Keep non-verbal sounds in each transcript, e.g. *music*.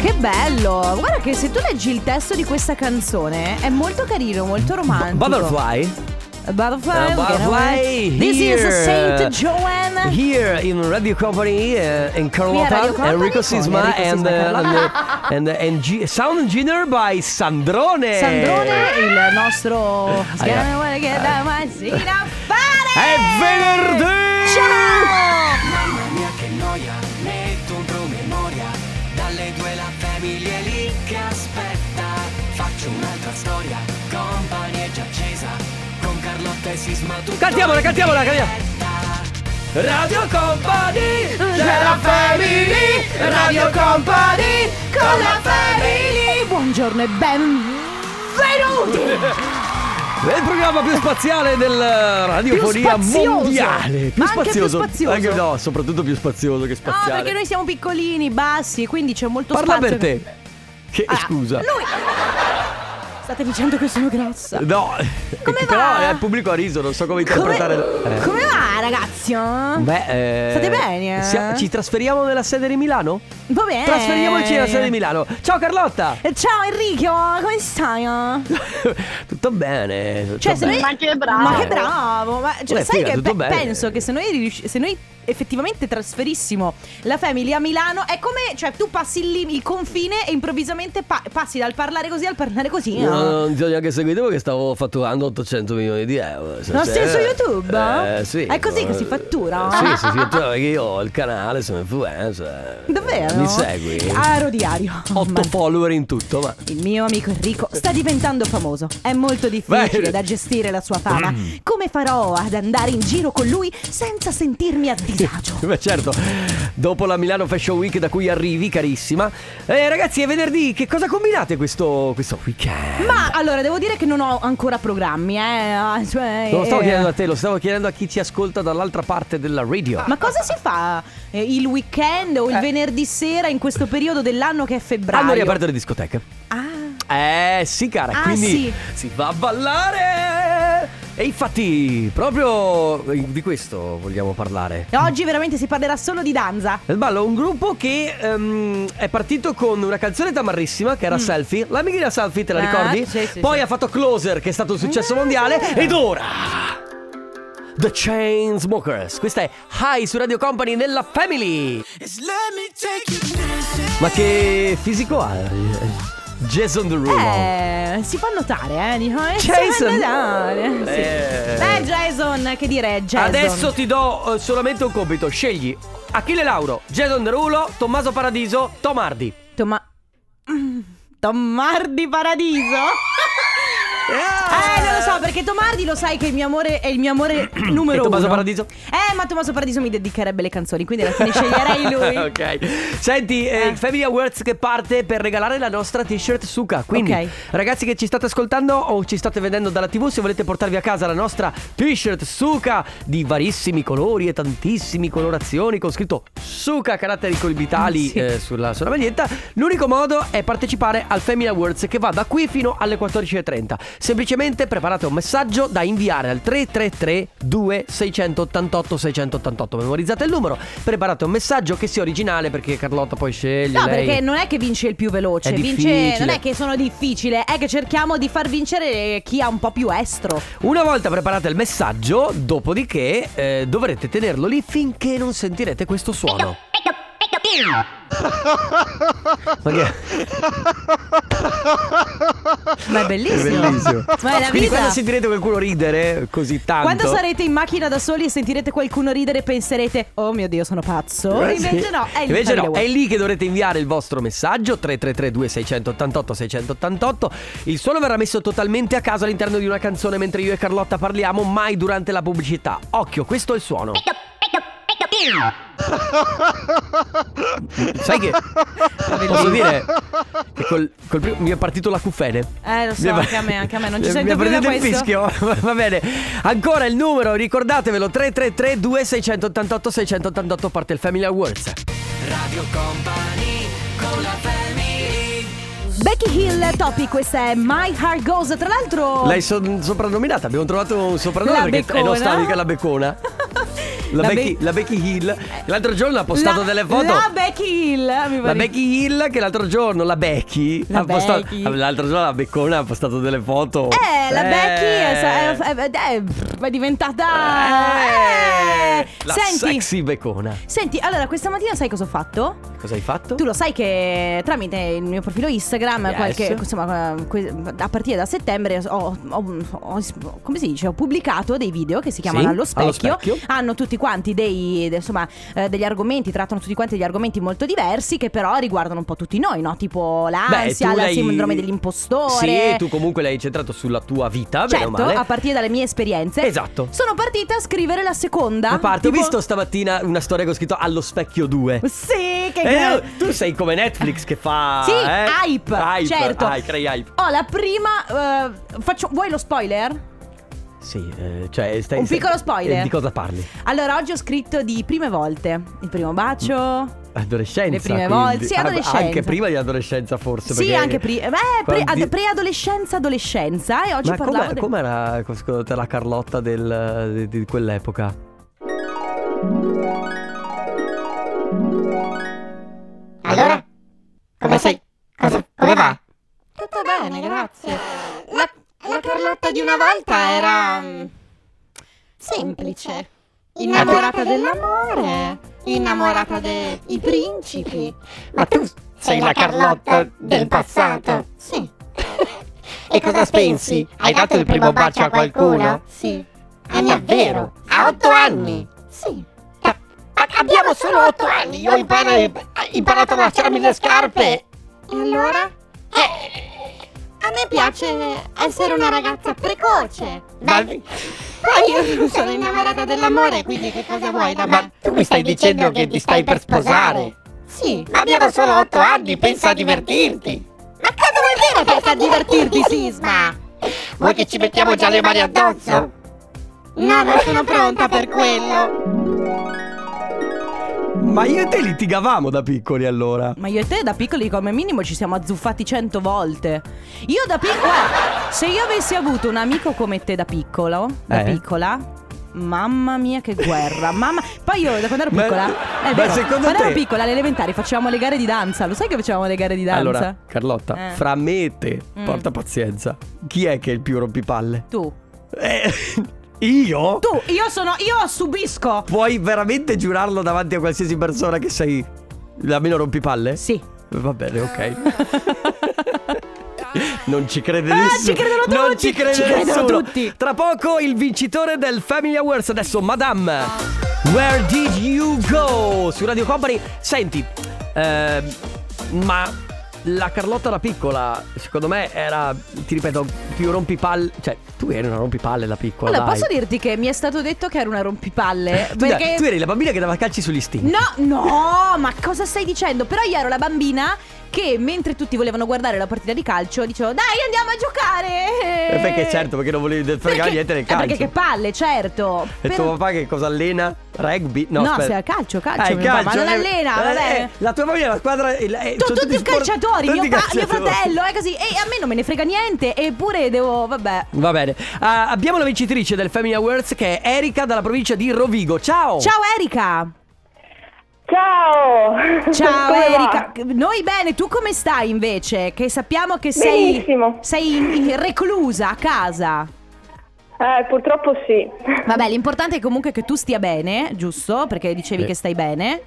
Che bello! Guarda che se tu leggi il testo di questa canzone è molto carino, molto romantico. Eh, Butterfly Butterfly, Uh, we're gonna Butterfly, wait. This here. is Saint Joanne. here in Radio Company uh, Eh. Radio in Carlotta, Company Enrico con Sisma Enrico and, Sisma e uh, and, *laughs* uh, and, uh, and G- sound engineer by Sandrone. Sandrone, il Ah, nostro. Allora. Guarda che Ah. da mattina fare! È venerdì! Ciao! Mamma mia che noia, metto un promemoria Dalle due la famiglia è lì che aspetta Faccio un'altra storia, compagnia è già accesa Con Carlotta e Sisma tutto Cantiamola, cantiamola, cantiamola. Radio Company, c'è la family, Radio Company, con la family. Buongiorno e benvenuti! È il programma più spaziale della radiofonia Più spazioso. mondiale. Ma anche più spazioso. Anche- no, soprattutto più spazioso che No, spaziale. perché noi siamo piccolini, bassi, quindi c'è molto Parla spazio. per te. Che Ah, scusa. Lui. State dicendo che sono grossa. No, Come però va? eh, il pubblico ha riso, non so come Come, interpretare. Eh. come va, ragazzi? Va Beh, eh, State bene, eh? sia- ci trasferiamo nella sede di Milano? bene. Trasferiamoci nella sede di Milano. Ciao Carlotta! Eh, Ciao Enrico, come stai? *laughs* tutto bene. tutto Cioè, se bene. noi- Ma che bravo! Ma che bravo! Ma, cioè, Beh, sai figa, che tutto pe- bene. penso che se noi, riusci- se noi effettivamente trasferissimo la famiglia a Milano è come cioè tu passi lì il confine e improvvisamente pa- passi dal parlare così al parlare così. No, no? no, non ti ho neanche seguito perché stavo fatturando 800 milioni di euro. Se- No, se- sei su YouTube? Eh, sì. È così che si fattura? Sì, sì, si fattura perché io ho il canale, sono influencer. Davvero? Mi segui? Aro diario. Ma Otto follower in tutto, ma. Il mio amico Enrico sta diventando famoso. È molto difficile Beh. da gestire la sua fama. Mm. Come farò ad andare in giro con lui senza sentirmi a disagio? *laughs* Beh certo, dopo la Milano Fashion Week da cui arrivi, carissima. Eh, ragazzi, è venerdì, che cosa combinate questo, questo weekend? Ma allora devo dire che non ho ancora programmi, eh. ah, cioè, Non lo stavo eh, chiedendo a te, lo stavo chiedendo a chi ci ascolta dall'altra parte della radio. Ma cosa si fa eh, il weekend o il Eh. venerdì sera in questo periodo dell'anno che è febbraio? Hanno riaperto Ah, le discoteche. Ah. Eh sì cara, Ah, quindi sì. si va a ballare! E infatti proprio di questo vogliamo parlare. E oggi veramente si parlerà solo di danza. Nel ballo un gruppo che ehm, è partito con una canzone tamarrissima che era Selfie. L'amichina Selfie, te la Mm. Ah, ricordi? sì, sì, Ah. Poi sì. ha fatto Closer che è stato un successo mondiale ed ora The Chainsmokers. Questa è High su Radio Company nella Family. Ma che fisico ha Jason Derulo? Eh, si fa notare, eh. Dico, eh, Si fa Oh, Jason. notare. Sì. Eh. Eh, Jason, che dire, Jason. Adesso ti do eh, solamente un compito, scegli Achille Lauro, Jason Derulo, Tommaso Paradiso, Tomardi. Tomma... Mm, Tommardi *laughs* Paradiso? Eh, non lo so, perché Tomardi lo sai che il mio amore è il mio *clears throat* amore numero E Tommaso uno. Paradiso? Eh, ma Tommaso Paradiso mi dedicherebbe le canzoni, quindi alla fine sceglierei lui. *laughs* ok. Senti, eh, il Family Awards che parte per regalare la nostra t-shirt Suka. Quindi, Ok. ragazzi che ci state ascoltando o ci state vedendo dalla TV, se volete portarvi a casa la nostra t-shirt Suka di varissimi colori e tantissimi colorazioni con scritto Suka caratteri colibitali Sì. eh, sulla, sulla maglietta, l'unico modo è partecipare al Family Awards che va da qui fino alle 14:30. Semplicemente preparate un messaggio da inviare al 333 2688 688. Memorizzate il numero, preparate un messaggio che sia originale perché Carlotta poi sceglie No, lei. perché non è che vince il più veloce, È vince. difficile. Non è che sono difficile, è che cerchiamo di far vincere chi ha un po' più estro. Una volta preparate il messaggio, dopodiché eh, dovrete tenerlo lì finché non sentirete questo suono. *laughs* Ma che- Ma è bellissimo. *laughs* Ma è la Quindi vita. quando sentirete qualcuno ridere così tanto Quando sarete in macchina da soli e sentirete qualcuno ridere, penserete: Oh mio dio, sono pazzo. Eh, Invece sì. no, è il Invece no, Family è Awards. lì che dovrete inviare il vostro messaggio 333 2688 688 Il suono verrà messo totalmente a caso all'interno di una canzone mentre io e Carlotta parliamo, mai durante la pubblicità. Occhio, questo è il suono. Sai che posso dire che col, col primo- mi è partito la cuffene. Eh, lo so, Mi è- anche a me, anche a me, non ci mi sento è più da partito il questo. fischio. *laughs* Va bene. Ancora il numero, ricordatevelo 333 2688 688 parte il Family Awards. Becky Hill, Topi, questa è My Heart Goes. Tra l'altro, *laughs* L'hai so- soprannominata, abbiamo trovato un soprannome La perché beccona. è nostalgica la beccona. La, La Becky, Be- la Becky Hill. L'altro giorno ha postato La- delle foto. La Becky Hill. eh, Mi La pare- Becky Hill che l'altro giorno, la Becky, La ha postato, Becky. l'altro giorno la Beccona ha postato delle foto. Eh, la Becky è, Eh. è- è- è- è diventata. Eh. Eh. La Senti, sexy Beccona. senti, allora questa mattina sai cosa ho fatto? Cosa hai fatto? Tu lo sai che tramite il mio profilo Instagram, Yes. qualche- insomma, que- a partire da settembre, ho, ho- ho- come si dice, ho pubblicato dei video che si chiamano Sì, Allo Allo specchio. Specchio. Hanno tutti quanti dei, de- insomma, eh, degli argomenti, trattano tutti quanti degli argomenti molto diversi che però riguardano un po' tutti noi, no? Tipo l'ansia, tu la l'hai- sindrome dell'impostore. Sì, tu comunque l'hai centrato sulla tua vita, bene o Certo, male. a partire dalle mie esperienze. Esatto. Sono partita a scrivere la seconda. A parte, tipo- ho visto stamattina una storia che ho scritto allo specchio 2. Sì, che Eh, tu sei come Netflix che fa Sì, eh? hype, certo. ah, crei hype. Ho la prima. eh, faccio. Vuoi lo spoiler? Sì, eh, cioè stai Un stai- piccolo spoiler. eh, Di cosa parli? Allora, oggi ho scritto di prime volte. Il primo Mm. bacio. Adolescenza. Le prime quindi. volte, sì, Ah, adolescenza. Anche prima di adolescenza forse. sì, perché- anche pri- eh, beh, pre- Quanti- ad- preadolescenza, adolescenza. E oggi Ma parlavo. com'è- del- com'era co- secondo te la Carlotta del- di, di quell'epoca? Allora? Come sei? Cosa? Come va? Tutto bene, grazie. La, la Carlotta di una volta era mm, semplice. Innamorata dell'amore, innamorata dei principi. Ma tu sei la Carlotta del passato. *laughs* Sì, E cosa pensi? Hai dato il primo bacio a qualcuno? sì. Ah, davvero? A otto anni? Sì. Ma- ma Abbiamo solo otto anni! Io ho impara- imparato, a lasciarmi le scarpe! E allora? Eh. A me piace essere una ragazza precoce. Ma, Ma io non sono innamorata dell'amore, quindi che cosa vuoi da ma me? tu mi stai dicendo che ti stai per sposare? Sì. Ma abbiamo solo otto anni, pensa a divertirti! Ma cosa vuol dire pensa a divertirti, Sisma? Vuoi che ci mettiamo già le mani addosso? No, non sono pronta per quello. Ma io e te litigavamo da piccoli allora. Ma io e te da piccoli come minimo ci siamo azzuffati cento volte. Io da piccola. se io avessi avuto un amico come te da piccolo, da Eh. piccola. Mamma mia che guerra Mamma Poi io da quando ero Ma- piccola eh, ma è vero, secondo Quando ero te- piccola alle elementari facevamo le gare di danza Lo sai che facevamo le gare di danza? Allora, Carlotta, Eh. fra me e te, Mm. porta pazienza, chi è che è il più rompipalle? Tu Eh, *laughs* io? Tu Io sono Io subisco Puoi veramente giurarlo davanti a qualsiasi persona che sei la meno rompipalle? Sì Va bene, *laughs* ok. Non ci crede Ah, nessuno. ci credono Non tutti, ci crede ci credono nessuno. tutti. Tra poco il vincitore del Family Awards. Adesso, Madame, Where Did You Go? Su Radio Company. Senti, ehm, ma la Carlotta la piccola, secondo me, era, ti ripeto, più rompipalle. Cioè, tu eri una rompipalle la piccola. Allora dai. posso dirti che mi è stato detto che ero una rompipalle Tu, Perché *laughs* dai, tu eri la bambina che dava calci sugli stinchi. No, no, ma cosa stai dicendo? Però io ero la bambina che mentre tutti volevano guardare la partita di calcio dicevo dai andiamo a giocare! Eh, Perché certo, perché non volevi fregare Perché- niente eh, del calcio. Perché che palle, certo. E Per- tuo papà che cosa allena? Rugby? No, No, aspetta. se è calcio, calcio, Ah, è mio papà, non eh, allena, va eh, bene. eh, La tua famiglia è la squadra. eh, eh, Tu- sono tutti i sport- calciatori, tutti mio, pa- mio calciatori. fratello, è così. E a me non me ne frega niente, eppure devo. Vabbè. Va bene. Ah, abbiamo la vincitrice del Family Awards che è Erika dalla provincia di Rovigo. Ciao! Ciao Erika! Ciao! Ciao *laughs* Come va? Erika! Noi bene, tu come stai invece? Che sappiamo che Benissimo. sei. Sei in- in- reclusa a casa. Eh, purtroppo sì. Vabbè, l'importante è comunque che tu stia bene, giusto? Perché dicevi Eh. che stai bene.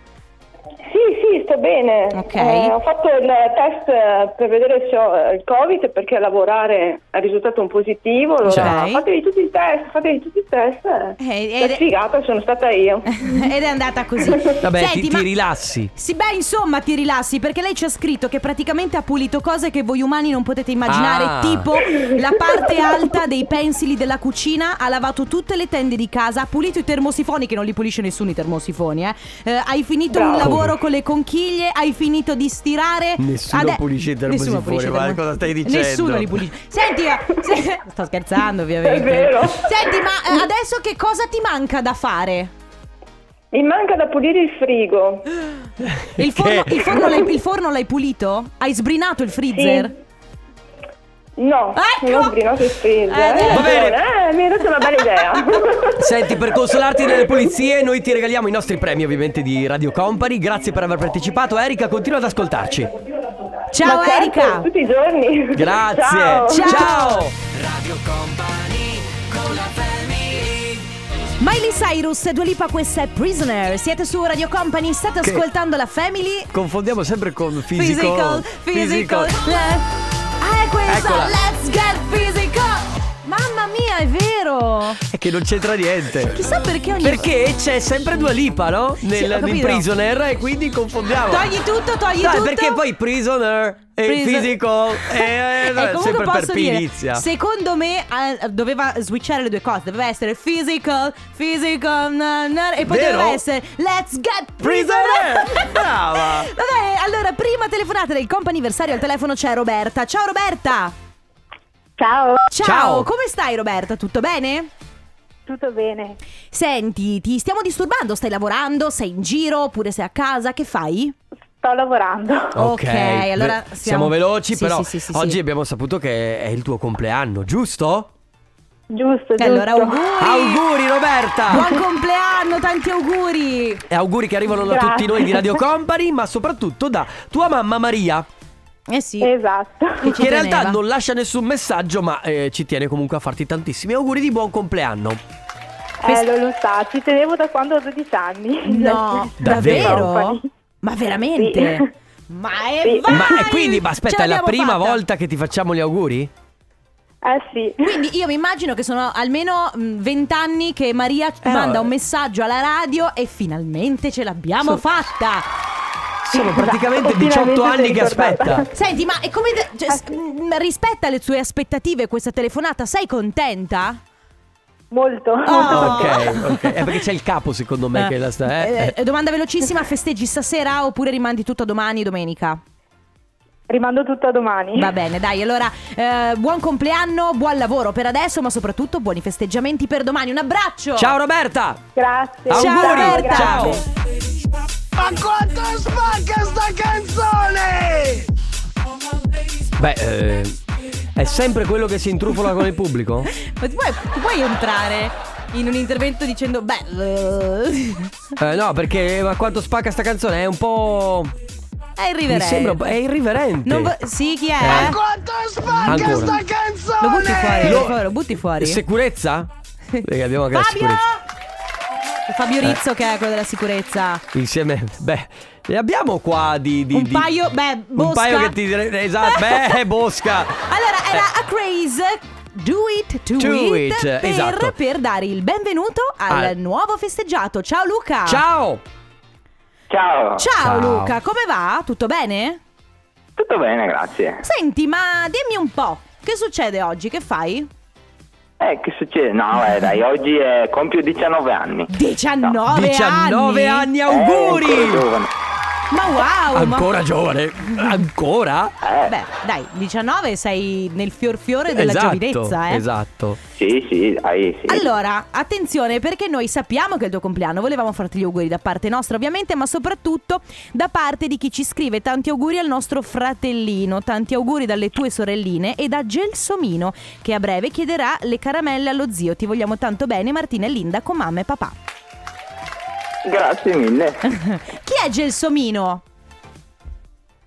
*laughs* Sì, sì, sto bene. Ok. Eh, ho fatto il test eh, per vedere se ho eh, il Covid perché lavorare è risultato un positivo. Allora, Cioè? fatevi tutti i test, fatevi tutti i test. Eh, La ed- sfigata sono stata io. Ed è andata così. Vabbè, Senti, ti, ti ma- rilassi. Sì, beh, insomma, ti rilassi perché lei ci ha scritto che praticamente ha pulito cose che voi umani non potete immaginare, Ah. tipo la parte alta dei pensili della cucina, ha lavato tutte le tende di casa, ha pulito i termosifoni che non li pulisce nessuno i termosifoni, eh. Eh, hai finito un Bravo. lavoro con le conchiglie, hai finito di stirare. Nessuno pulisce i termosifoni, Nessuno pulisce i ma termosifoni. cosa stai dicendo? Nessuno li pulisce. Senti, eh, se- *laughs* sto scherzando, ovviamente. È vero. Senti, Mm. ma eh, adesso che cosa ti manca da fare? Mi manca da pulire il frigo. Il Che- Eh, forno, il forno l'hai, il forno l'hai pulito? Hai sbrinato il Sì. freezer? No, Ecco! non Brino che spesa. Eh, Hai Va bene. ragione, eh, mi hai dato una *laughs* bella idea. Senti, per consolarti delle pulizie, noi ti regaliamo i nostri premi ovviamente di Radio Company. Grazie per aver partecipato. Erika, continua ad ascoltarci. Ciao Ma certo, Erika. Tutti i giorni. Grazie. Ciao. Ciao. Miley Cyrus, Dua Lipa, questa è Prisoner. Siete su Radio Company, state Che- ascoltando la Family. Confondiamo sempre con physical. physical. le- Ah, è questa. Eccola. Let's get physical. Mamma mia, è vero. È Che non c'entra niente. Chissà perché ogni Perché c'è sempre Dua Lipa, no? ho Nel, nel capito. prisoner e quindi confondiamo. Togli tutto, togli Dai, tutto. perché poi prisoner e Prison- *laughs* physical E e, Eh, comunque eh, sempre per posso dire, perizia. Secondo me eh, doveva switchare le due cose. Doveva essere physical, physical, na, na, e poi Vero? doveva essere let's get prisoner. Prisoner! Brava! *laughs* Vabbè, allora, prima telefonata del comp'anniversario al telefono c'è Roberta. Ciao Roberta! Ciao, Ciao, Ciao. come stai Roberta? Tutto bene? tutto bene? Senti, ti stiamo disturbando? Stai lavorando? Sei in giro? Oppure sei a casa? Che fai? Sto lavorando. Ok, allora Beh, siamo... siamo- veloci, Sì, però sì, sì, sì, oggi sì. abbiamo saputo che è il tuo compleanno, giusto? Giusto, E giusto. Cioè, allora auguri! Auguri Roberta! Buon compleanno, tanti auguri! E auguri che arrivano da Grazie. tutti noi di Radio Company, ma soprattutto da tua mamma Maria, Eh sì. Esatto. Che ci che in realtà teneva. non lascia nessun messaggio, ma eh, ci tiene comunque a farti tantissimi auguri di buon compleanno. Eh, lo, lo sa, ci tenevo da quando ho 12 anni. No, Davvero? davvero? Ma veramente? Sì. Ma è Sì. vai! Ma e quindi, ma aspetta, Ce è la l'abbiamo prima fatta. volta che ti facciamo gli auguri? *laughs* Eh sì. Quindi io mi immagino che sono almeno mh, 20 anni che Maria Eh, manda no. un messaggio alla radio e finalmente ce l'abbiamo Sono- fatta. Sono praticamente Esatto, finalmente 18 si è anni che ricordata. aspetta. Senti, ma è come de- cioè, Eh. s- mh, rispetta le tue aspettative questa telefonata? Sei contenta? *laughs* Molto. Ah. molto Ok, ok. È perché c'è il capo, secondo me, Eh, che la sta. eh, eh. eh, Domanda velocissima, festeggi stasera oppure rimandi tutto a domani, domenica? Rimando tutto a domani. Va bene, dai, allora eh, buon compleanno, buon lavoro per adesso, ma soprattutto buoni festeggiamenti per domani. Un abbraccio! Ciao Roberta! Grazie. Ciao, auguri! Roberta. Ciao! Eh? Beh, eh, è sempre quello che si intrufola con il pubblico? Ma ti puoi, ti puoi entrare in un intervento dicendo beh eh, Eh, no, perché ma quanto spacca sta canzone? È un po'. è irriverente. Mi sembra un po'- è irriverente. Non vo- sì, chi è? Eh. Quanto spacca Ancora. sta canzone Lo butti fuori, Lo- lo, lo butti fuori. Sicurezza? Perché abbiamo anche la Fabio! sicurezza. Eh. Fabio Rizzo che è quello della sicurezza. Insieme. Beh, ne abbiamo qua di. di- Un di- paio, beh, Un Bosca. paio che ti. Esatto, *laughs* beh, Bosca. Allora, era a craze. Do it, to Eh. Do it, it, per, esatto. per dare il benvenuto al Al- nuovo festeggiato. Ciao Luca! Ciao! Ciao, Ciao Ciao. Luca, come va? Tutto bene? tutto bene, grazie. Senti, ma dimmi un po', che succede oggi? Che fai? Eh, che succede? No, eh, dai, oggi è, compio 19 anni. 19, 19 anni, auguri! Eh, ancora giovane. Ma wow! Ma... Ancora giovane? Ancora? Eh, Beh, dai, 19 sei nel fior fiore della esatto, giovinezza, eh. Esatto. sì, sì, dai, sì. Allora, attenzione perché noi sappiamo che è il tuo compleanno, volevamo farti gli auguri da parte nostra ovviamente, ma soprattutto da parte di chi ci scrive tanti auguri al nostro fratellino, tanti auguri dalle tue sorelline e da Gelsomino che a breve chiederà le caramelle allo zio. Ti vogliamo tanto bene Martina e Linda con mamma e papà. Grazie mille. Chi è Gelsomino?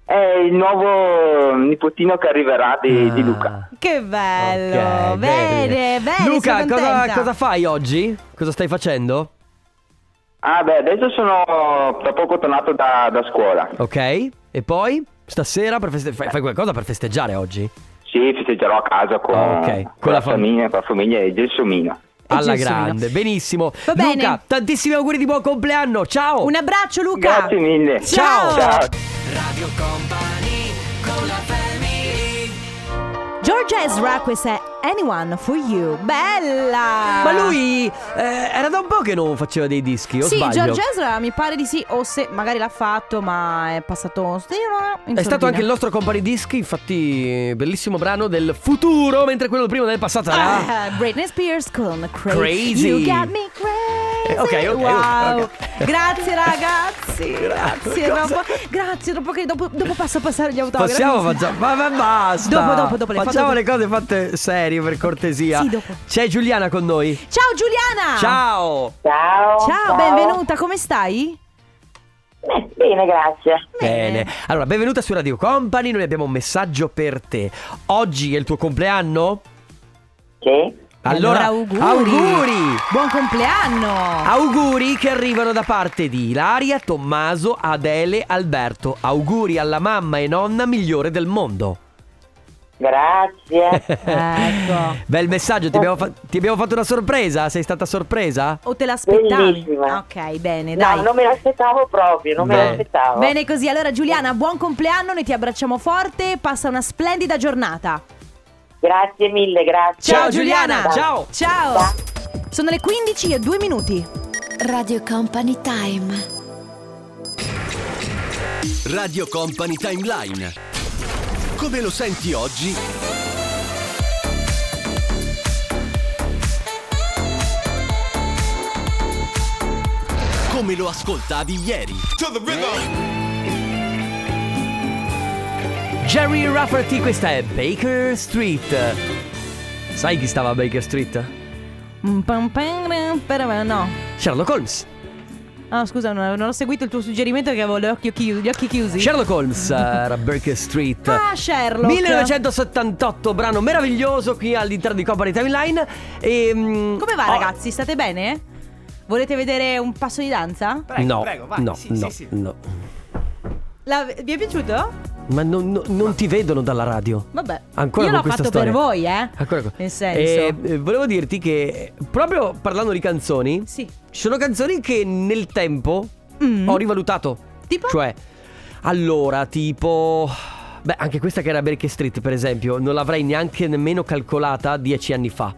È il nuovo nipotino che arriverà di, Ah. di Luca. Che bello! Ah. Ok, bene, bene, Luca, sono cosa, contenta. cosa fai oggi? Cosa stai facendo? Ah, beh, adesso sono da poco tornato da, da scuola. Ok. E poi? Stasera per feste- fai, fai qualcosa per festeggiare oggi? Eh, Sì, festeggerò a casa con, Ah, ok, con con la la fam- famiglia, con la famiglia e Gelsomino. Alla Gelsomino. grande, benissimo. Va bene. Luca, tantissimi auguri di buon compleanno. Ciao! Un abbraccio Luca! Grazie mille. Ciao. Ciao. George Ezra, questa è Anyone For You. Bella! Ma lui eh, era da un po' che non faceva dei dischi, o Sì, sbaglio? George Ezra mi pare di sì, o se magari l'ha fatto, ma è passato... È stato anche il nostro company dischi, infatti, bellissimo brano del futuro, mentre quello del primo del passato era. Britney Spears Ah, con Crazy. Crazy. You got me crazy. Eh, ok, ok, ok, Wow. ok. Grazie *laughs* ragazzi. Grazie. Dopo, grazie, dopo che dopo, dopo passo a passare gli autografi. Possiamo facciamo Ma, ma basta Dopo, dopo, dopo, le fa- Facciamo dopo. le cose fatte serie per cortesia Sì, dopo. Ah. C'è Giuliana con noi Ciao Giuliana! Ciao Ciao. Ciao, benvenuta, come stai? Beh, bene, grazie. Bene. Bene. Allora, benvenuta su Radio Company, noi abbiamo un messaggio per te. Oggi è il tuo compleanno? Sì. Allora, auguri. auguri! Ah. Buon compleanno! Auguri che arrivano da parte di Ilaria, Tommaso, Adele, Alberto. Auguri alla mamma e nonna migliore del mondo. *laughs* Grazie. Ecco. Bel messaggio, ti abbiamo, fa- ti abbiamo fatto una sorpresa? Sei stata sorpresa? O te l'aspettavi? Bellissima. Ok, bene, dai. No, non me l'aspettavo proprio, non me Bene. l'aspettavo. Bene così, allora Giuliana, buon compleanno, noi ti abbracciamo forte, passa una splendida giornata. Grazie mille, grazie. Ciao, Giuliana. Ciao. Ciao! Sono le 15 e 2 minuti. Radio Company Time. Radio Company Timeline. Come lo senti oggi? Come lo ascoltavi ieri? Jerry Rafferty, questa è Baker Street. Sai chi stava a Baker Street? Mm, pam, pam, pam, pam, No. Sherlock Holmes. Ah, scusa, non, non ho seguito il tuo suggerimento che avevo gli occhi chiusi. Gli occhi chiusi. Sherlock Holmes eh, era Baker Street. Ah, Sherlock. 1978, brano meraviglioso qui all'interno di Company Timeline. E, mm, Come va, oh, ragazzi? State bene? Volete vedere un passo di danza? no, no, no, no. La- Vi è piaciuto? Ma non, no- non ti vedono dalla radio. Vabbè. Ancora Io con l'ho questa fatto storia. per voi, eh. Ancora con- Nel senso. Eh, eh, volevo dirti che, proprio parlando di canzoni, Sì. ci sono canzoni che nel tempo Mm. ho rivalutato. Tipo? Cioè, allora, tipo... Beh, anche questa che era Baker Street, per esempio, non l'avrei neanche nemmeno calcolata dieci anni fa.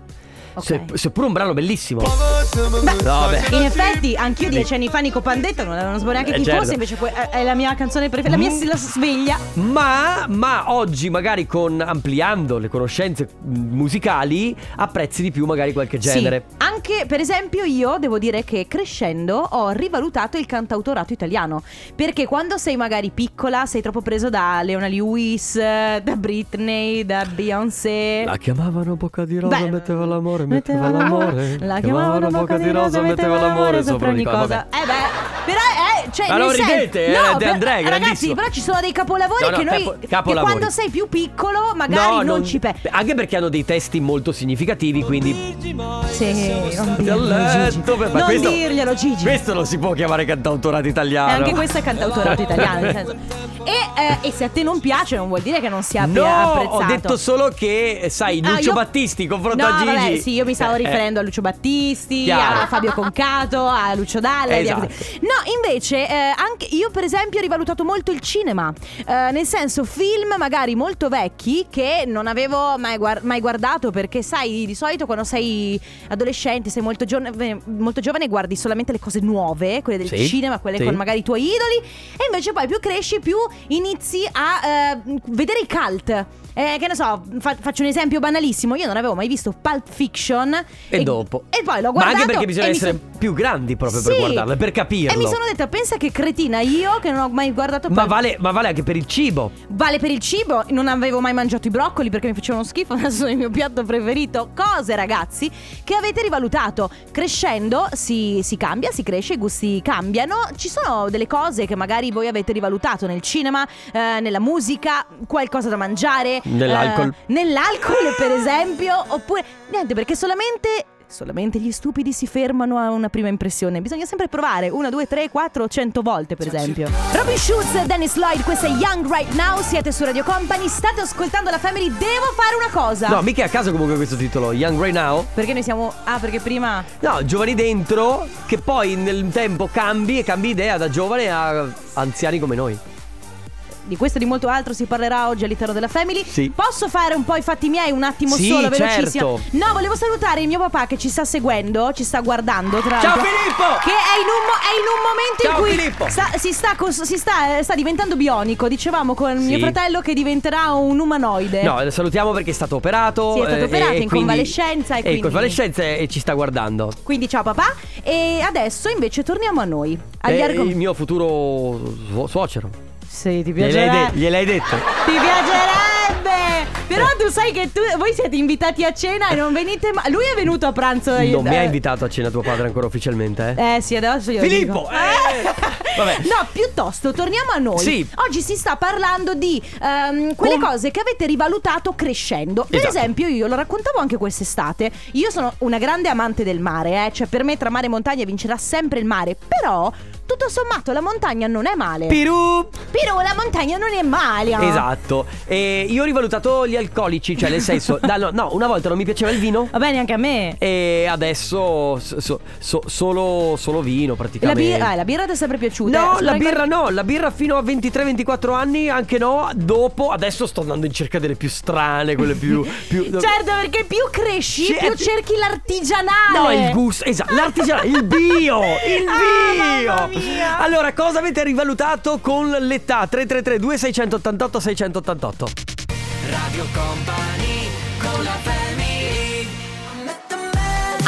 Ok. Se- Seppure un brano bellissimo. No, vabbè. In effetti, anch'io dieci anni fa Nico Pandetta non avevano sbagliato neanche Eh, chi certo. fosse, invece que- è è la mia canzone preferita, la mia Mm. la sveglia. Ma, ma oggi magari con ampliando le conoscenze mh, musicali apprezzi di più magari qualche genere. Sì. Anche, per esempio, io devo dire che crescendo ho rivalutato il cantautorato italiano. Perché quando sei magari piccola, sei troppo preso da Leona Lewis, eh, da Britney, da Beyoncé. La chiamavano bocca di rosa, Eh. Beh, metteva l'amore, metteva l'amore. La chiamavano bocca di rosa, metteva l'amore sopra ogni cosa. Eh beh, però eh, cioè Ma nel non senso- ridete, eh, no, De però- Andrea, è Ragazzi, grandissimo. però ci sono dei capolavori No, no, che noi capo- che capolavori. quando sei più piccolo magari non, ci pe. Anche perché hanno dei testi molto significativi, quindi Sì, non dirglielo, Dal Gigi. letto, beh, ma Non questo- dirglielo Gigi. questo lo si può chiamare cantautorato italiano. E anche questo è cantautorato italiano. nel senso. E, eh, e se a te non piace, non vuol dire che non si abbia No, apprezzato. ho detto solo che, sai, Ah, Lucio io- Battisti in confronto a No, Gigi. vabbè, sì, io mi stavo Eh, eh. riferendo a Lucio Battisti, Chiaro. a Fabio Concato, a Lucio Dalla e via Esatto. così. No, invece, eh, anche io per esempio ho rivalutato molto il cinema, Eh, nel senso film magari molto vecchi che non avevo mai, guar- mai guardato perché sai, di solito quando sei adolescente, sei molto, giovane- molto giovane guardi solamente le cose nuove, quelle del Sì, cinema, quelle sì. con magari i tuoi idoli e invece poi più cresci più inizi a eh, vedere i cult. Eh, che ne so, fa- faccio un esempio banalissimo. Io non avevo mai visto Pulp Fiction. E dopo. E poi l'ho guardato. Ma anche perché bisogna e mi essere son- più grandi proprio per Sì. guardarlo, per capirlo. E mi sono detta, pensa che cretina io che non ho mai guardato ma, Pulp- vale, ma vale anche per il cibo. Vale per il cibo, non avevo mai mangiato i broccoli perché mi facevano schifo, *laughs* adesso sono il mio piatto preferito. Cose, ragazzi, che avete rivalutato. Crescendo si, si cambia, si cresce, i gusti cambiano. Ci sono delle cose che magari voi avete rivalutato nel cinema, eh, nella musica, qualcosa da mangiare. Nell'alcol. eh, nell'alcol, per Ah! esempio. Oppure, niente, perché solamente... Solamente gli stupidi si fermano a una prima impressione. Bisogna sempre provare una, due, tre, quattro, cento volte, per esempio. Robin Schulz, Dennis Lloyd, questa è Young Right Now. Siete su Radio Company, state ascoltando la Family. Devo fare una cosa. No, mica a caso comunque questo titolo, Young Right Now. Perché noi siamo. Ah, perché prima. No, giovani dentro, che poi nel tempo cambi e cambi idea da giovane a anziani come noi. di questo e di molto altro si parlerà oggi all'interno della Family. Sì. Posso fare un po' i fatti miei un attimo Sì, solo, certo. velocissimo? No, volevo salutare il mio papà che ci sta seguendo, ci sta guardando tra Ciao l'altro. Filippo! Che è in un, mo- è in un momento Ciao, in Filippo! cui sta- si, sta, cos- si sta, eh, sta diventando bionico. Dicevamo con Sì. mio fratello che diventerà un umanoide. No, lo salutiamo perché è stato Eh. operato. Sì, è stato eh, operato, e in quindi- convalescenza e è quindi- in convalescenza e e ci sta guardando. Quindi ciao papà. E adesso invece torniamo a noi. Agli Eh, argomenti. il mio futuro su- suocero. Sì, ti Gliel'hai, piacerebbe. de- gliel'hai detto. Ti piacerebbe! Però tu sai che tu, voi siete invitati a cena e non venite mai. Lui è venuto a pranzo. Non mi ha eh, invitato a cena tuo padre ancora ufficialmente, eh? Eh sì, adesso io. Filippo, dico. *laughs* eh, vabbè. No, piuttosto, torniamo a noi. Sì. Oggi si sta parlando di ehm, quelle Com- cose che avete rivalutato crescendo. Per Esatto. esempio, io lo raccontavo anche quest'estate. Io sono una grande amante del mare, eh. Cioè, per me tra mare e montagna vincerà sempre il mare. Però, tutto sommato, la montagna non è male. Pirù! Però la montagna non è male. eh. Esatto. E io ho rivalutato gli alcolici, cioè nel *laughs* senso, da- no, no, una volta non mi piaceva il vino Va bene anche a me. e adesso so- so- so- solo, solo vino La praticamente. birra, ah, la birra ti è sempre piaciuta? No, Eh, la sono birra no, la birra fino a 23-24 anni anche no, dopo adesso sto andando in cerca delle più strane, quelle più... *laughs* più Certo, perché più cresci, Sì, più eh, cerchi l'artigianale. No, il gusto, esatto, l'artigianale, il *laughs* bio, il Ah, bio. mamma mia. Allora, cosa avete rivalutato con l'età? 333 2688 688. Eh,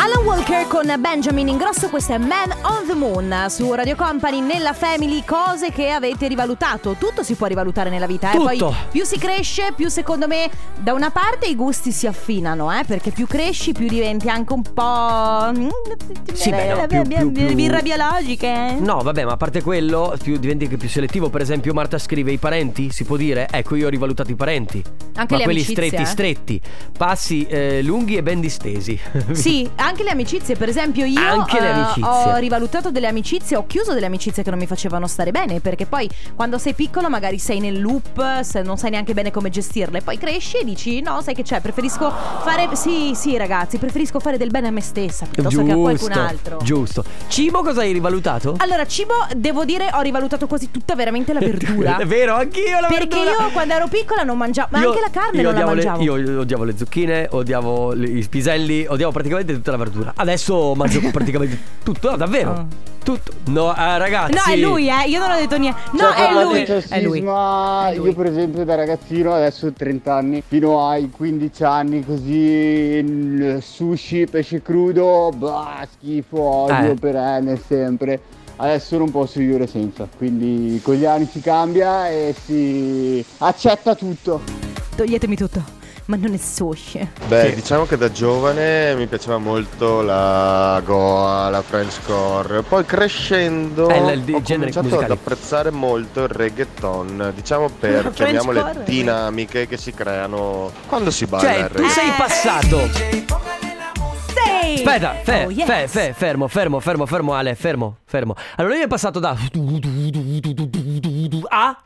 Alan Walker con Benjamin Ingrosso, questo è Man on the Moon su Radio Company nella Family, cose che avete rivalutato. Tutto si può rivalutare nella vita, eh. Poi Tutto. più si cresce, più secondo me da una parte i gusti si affinano, eh, perché più cresci, più diventi anche un po' mm, eh, Sì, beh, no, più- più- più- birra biologiche. eh. No, vabbè, ma a parte quello, più, diventi anche più selettivo. Per esempio, Marta scrive i parenti, si può dire? Ecco, io ho rivalutato i parenti. Anche ma le quelli amicizie, stretti, eh. stretti. Passi eh, lunghi e ben distesi. Sì, anche le amicizie, per esempio io Anche le eh, amicizie. ho rivalutato delle amicizie, ho chiuso delle amicizie che non mi facevano stare bene, perché poi quando sei piccolo magari sei nel loop, se- non sai neanche bene come gestirle, poi cresci e dici no, sai che c'è, preferisco fare... Sì, sì ragazzi, preferisco fare del bene a me stessa piuttosto che a qualcun altro. Giusto. Cibo cosa hai rivalutato? Allora, cibo, devo dire, ho rivalutato quasi tutta veramente la verdura. *laughs* È vero, anch'io la Perché verdura. io quando ero piccola non mangiavo, ma Io- anche la carne io non la odiavo le- mangiavo. io odiavo le zucchine, odiavo le- i piselli, odiavo praticamente tutta la verdura. Adesso mangio praticamente tutto, no, davvero. Oh. Tutto. No, eh, ragazzi. No, è lui, eh, io non ho detto niente. No, è lui. cioè, È lui. È lui. ah, Io per esempio da ragazzino, adesso ho 30 anni, fino ai 15 anni così il sushi, pesce crudo, bah, schifo, odio Eh. perenne sempre. Adesso non posso vivere senza, quindi con gli anni si cambia e si accetta tutto. Toglietemi tutto, ma non è sushi. Beh, diciamo che da giovane mi piaceva molto la Goa, la Frenchcore, poi crescendo Eh, la- il ho genere cominciato musicale. ad apprezzare molto il reggaeton, *laughs* diciamo La per, chiamiamole, Frenchcore? dinamiche che si creano quando si balla il Cioè, tu reggaeton. sei passato. Sei! Aspetta, fe- Oh, yes. fe- fe- fermo, fermo, fermo, fermo, Ale, fermo, fermo. Allora io è passato da a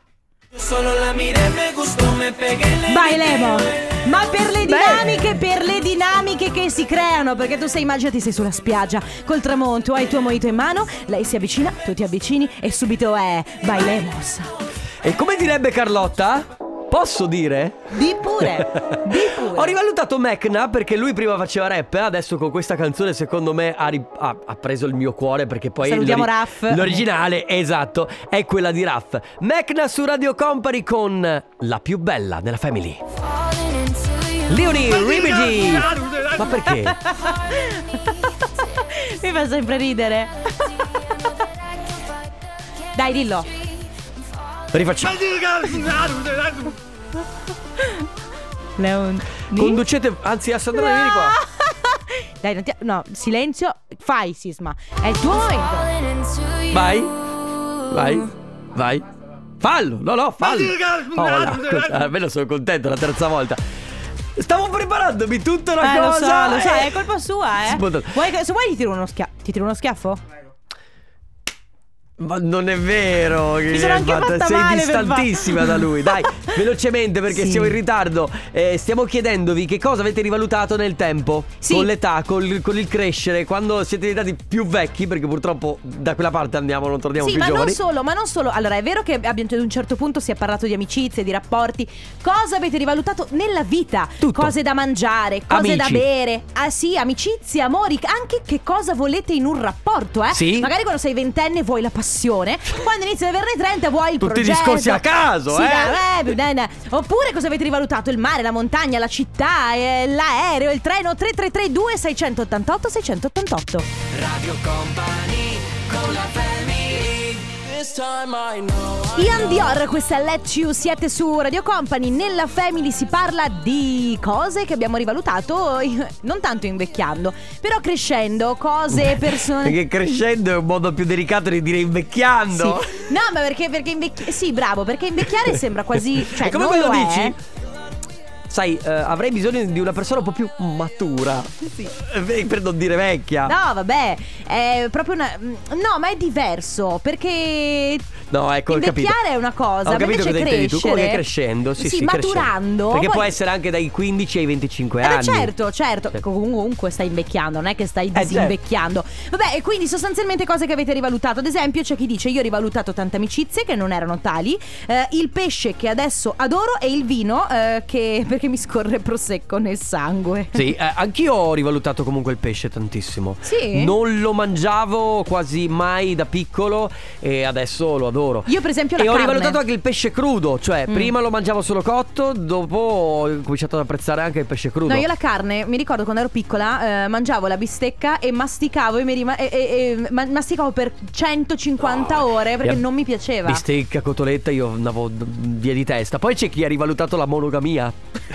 Vai Lemo! Ma per le dinamiche, per le dinamiche che si creano, perché tu sei immaginati sei sulla spiaggia col tramonto, hai il tuo mojito in mano, lei si avvicina, tu ti avvicini e subito è Vai Lemos. E come direbbe Carlotta? Posso dire? Di pure, *laughs* di pure. Ho rivalutato Mecna perché lui prima faceva rap, eh, adesso con questa canzone secondo me ha, ri- ha- ha preso il mio cuore perché poi... Salutiamo Raff. L'originale, esatto, è quella di Raff. Mecna su Radio Company con la più bella della family. Leonie Ribigi! Ma perché? Mi fa sempre ridere. Dai, dillo. Rifacciamo. Leon. Conducete, anzi Alessandra vieni qua. *laughs* Dai, non ti- no, silenzio. Fai, Sisma. È il tuo momento. Vai, vai, vai. Fallo, no, no, fallo. Oh, no, cos- almeno sono contento la terza volta. Stavo preparandomi tutta una Eh, lo cosa. so, lo so, e- è colpa sua, eh. Sbottato. Vuoi che- se vuoi ti tiro uno schiaffo. Ti tiro uno schiaffo? Ma non è vero. Che Mi sono hai anche fatta Sei male per fa- *laughs* distantissima da lui. Dai, velocemente perché Sì. siamo in ritardo. Eh, stiamo chiedendovi che cosa avete rivalutato nel tempo, Sì. con l'età, col- con il crescere, quando siete diventati più vecchi, perché purtroppo da quella parte andiamo, non torniamo Sì, più ma non giovani. solo, ma non solo. Allora, è vero che abbiamo- ad un certo punto si è parlato di amicizie, di rapporti. Cosa avete rivalutato nella vita? Cose da mangiare, cose da Amici. bere. Ah sì, amicizie, amori, anche che cosa volete in un rapporto, eh? Sì. Magari quando sei ventenne vuoi la *laughs* passione, quando inizi ad averne 30 vuoi il Tutti i progetto. discorsi a caso, Sì, eh? da- eh, eh, eh. Oppure cosa avete rivalutato? Il mare, la montagna, la città, eh, l'aereo, il treno 3332 688 688. Radio Company con la family. This time I know. Ian Dior, questa è Let You, siete su Radio Company, nella Family si parla di cose che abbiamo rivalutato, *laughs* eh, non tanto invecchiando, però crescendo, cose, persone... Perché crescendo è un modo più delicato di dire Sì. invecchiando. No, ma perché, perché invecchiare... Sì, bravo, perché invecchiare sembra quasi... Cioè, *laughs* e come non me lo è. dici? Sai, eh, avrei bisogno di una persona un po' più matura. Sì. Per non dire vecchia. No, vabbè, è proprio una... No, ma è diverso, perché No, ecco, ho capito. Invecchiare è una cosa, Ho ma capito invece cosa intendi tu. Comunque crescere- crescendo, sì, Sì, sì, maturando, crescendo. Perché poi- può essere anche dai 15 ai 25 Eh beh, anni. certo, certo. Certo. Comunque stai invecchiando, non è che stai certo. disinvecchiando. Vabbè, e quindi sostanzialmente cose che avete rivalutato. Ad esempio, c'è chi dice: Io ho rivalutato tante amicizie che non erano tali, eh, il pesce che adesso adoro e il vino eh, che *laughs* perché mi scorre prosecco nel sangue. Sì, eh, anch'io ho rivalutato comunque il pesce tantissimo. Sì? Non lo mangiavo quasi mai da piccolo e adesso lo adoro. Io, per esempio, la e ho carne. rivalutato anche il pesce crudo, cioè Mm. prima lo mangiavo solo cotto, dopo ho cominciato ad apprezzare anche il pesce crudo. No, io la carne, mi ricordo quando ero piccola, eh, mangiavo la bistecca e masticavo e, mi rima- e- e- e ma- masticavo per 150 ore perché Io- non mi piaceva. Bistecca, cotoletta, io andavo d- via di testa. Poi c'è chi ha rivalutato la *laughs* monogamia.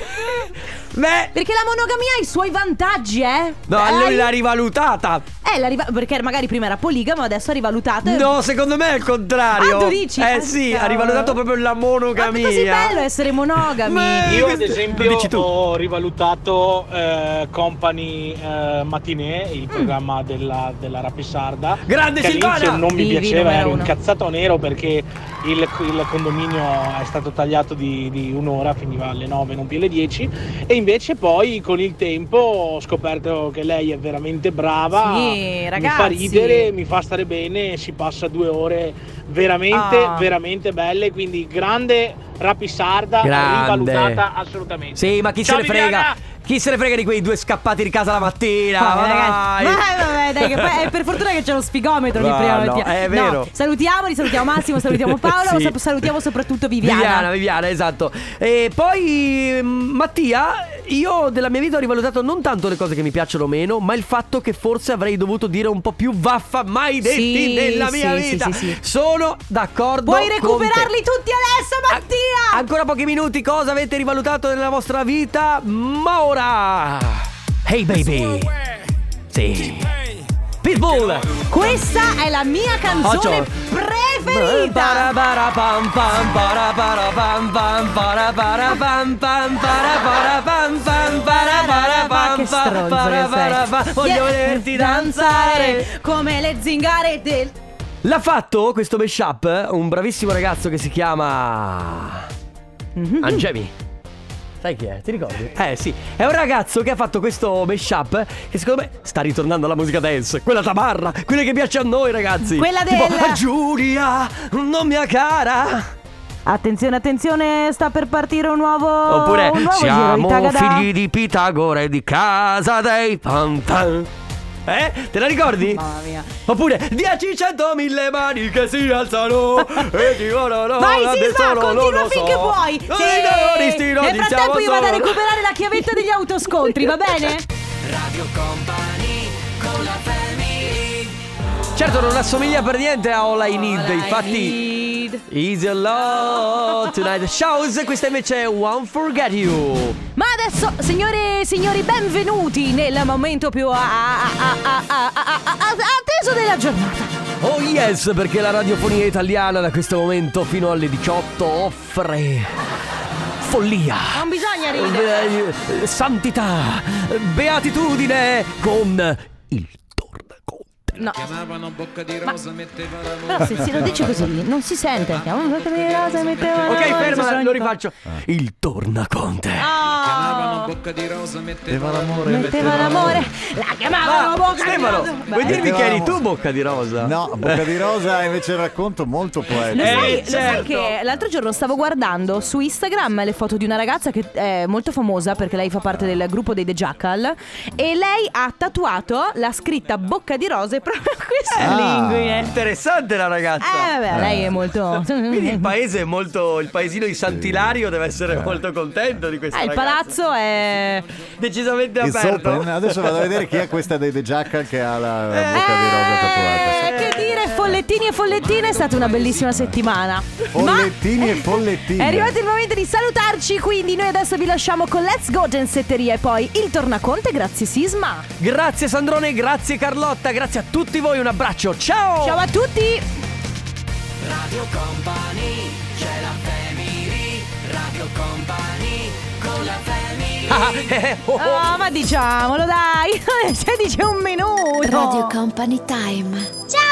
Beh, Perché la monogamia ha i suoi vantaggi, eh? no, Eh, lui l'ha rivalutata. Eh, la riva- perché magari prima era poligamo, adesso ha rivalutato. No, secondo me è il contrario. Ah, tu dici? Eh sì, Ah, ha rivalutato proprio la Ma monogamia. Ah, è così bello essere monogami. Io ad esempio dici tu. ho rivalutato eh, Company eh, Matinee, il programma della, della Rapisarda. Grande che Silvana! all'inizio non mi Divi, piaceva, numero ero uno. incazzato nero perché il, il condominio è stato tagliato di, di un'ora, finiva alle 9, non più alle 10 e invece poi con il tempo ho scoperto che lei è veramente brava, Sì, mi fa ragazzi. ridere, mi fa stare bene, si passa due ore veramente, Ah. veramente belle, quindi grande Rapisarda Grande. rivalutata assolutamente. Sì, ma chi Ciao, se ne frega? Viviana! Chi se ne frega di quei due scappati di casa la mattina? Vabbè, vai. Ah, ragazzi. Ma vabbè, dai, che poi- eh, per *laughs* fortuna che c'è lo sfigometro lì Ma prima. no, mattina. è No, vero. salutiamoli, salutiamo Massimo, Ah, *laughs* salutiamo Paolo, Sì. sap- salutiamo soprattutto Viviana. Viviana, Viviana, esatto. E poi, mm, Mattia, io della mia vita ho rivalutato non tanto le cose che mi piacciono o meno, ma il fatto che forse avrei dovuto dire un po' più vaffa mai detti Sì, nella mia sì, vita. sì, sì, sì. Sono Ah, d'accordo. Puoi con te. recuperarli tutti adesso, Mattia! Ancora pochi minuti, cosa avete rivalutato nella vostra vita? Ma ora. Hey baby. Sì. Pitbull. Questa è la Ah, mia canzone Faccio- preferita. Bara bara pam pam, bara bara pam pam, bara bara pam pam, bara bara pam pam, bara bara pam che pam, stronzo bara che bara sei. pam. Voglio Yeah. vederti danzare. come le zingare del L'ha fatto questo mashup un bravissimo ragazzo che si chiama Angemi. Mhm. Sai chi è? Ti ricordi? Eh sì, è un ragazzo che ha fatto questo mashup che secondo me sta ritornando alla musica dance, quella tamarra, quella che piace a noi ragazzi. Quella Tipo, del- "Ah, Giulia, non mia cara. Attenzione, attenzione, sta per partire un nuovo Oppure un nuovo siamo giro di tagadà. figli di Pitagora e di casa dei pan pan. Eh? Te la ricordi? Mamma mia. Oppure 10, 100, 1000 mani che si alzano *laughs* e ti volano Vai da Sisma, tesoro, non continua lo finché so. vuoi. Non i terroristi, non Nel diciamo frattempo io vado a solo. recuperare la chiavetta degli autoscontri, va bene? *laughs* Radio Company con la family. Certo non assomiglia per niente a All I Need, infatti Easy a lot tonight Shows, questa invece è One Forget You Ma adesso, signore e signori, benvenuti nel momento più a- a- a- a- a- a- a- a- atteso della giornata. Oh yes, perché la radiofonia italiana da questo momento fino alle 18 offre follia Non bisogna ridere. Eh, eh, Santità, beatitudine con il tornaconte. No. Chiamavano bocca di rosa, mettevano Però se, se lo dici così non si sente. Chiamo un sacco di rose, mettevano Ok, rose, ferma, sono- lo rifaccio. Il tornaconte. Oh, bocca di rosa, mettevano Metteva l'amore, metteva l'amore. La chiamavano bocca di Stefano, rosa. Ah, Eh, vuoi Beh. dirmi che eri tu Bocca di Rosa? No, Bocca di Rosa è invece il racconto molto Lo poetico. sai, lo sai che l'altro giorno stavo guardando su Instagram le foto di una ragazza che è molto famosa perché lei fa parte del gruppo dei The Jackal e lei ha tatuato la scritta bocca di rose proprio *laughs* qui Ah. sulla Ah. linguine. Interessante la ragazza. Eh vabbè, lei è molto... *laughs* Quindi il paese è molto. Il paesino di Sant'Ilario deve essere Eh. molto contento di questa Eh, il ragazza. palazzo è... Decisamente It's aperto. open. eh, Adesso vado a vedere chi è questa dei The Jackal che ha la bocca di rosa tatuata. Eh, che dire, follettini e follettine, è stata una bellissima settimana. Ma Follettini e follettini. è arrivato il momento di salutarci, quindi noi adesso vi lasciamo con Let's Go Gensetteria e poi il tornaconte grazie Sisma. Grazie Sandrone, grazie Carlotta, grazie a tutti voi, un abbraccio, ciao! Ciao a tutti! Radio Company, c'è la family, Radio Company, con la family. *laughs* Eh, oh, Ah, *laughs* ma diciamolo dai, 16 e un minuto. Radio Company Time. Ciao!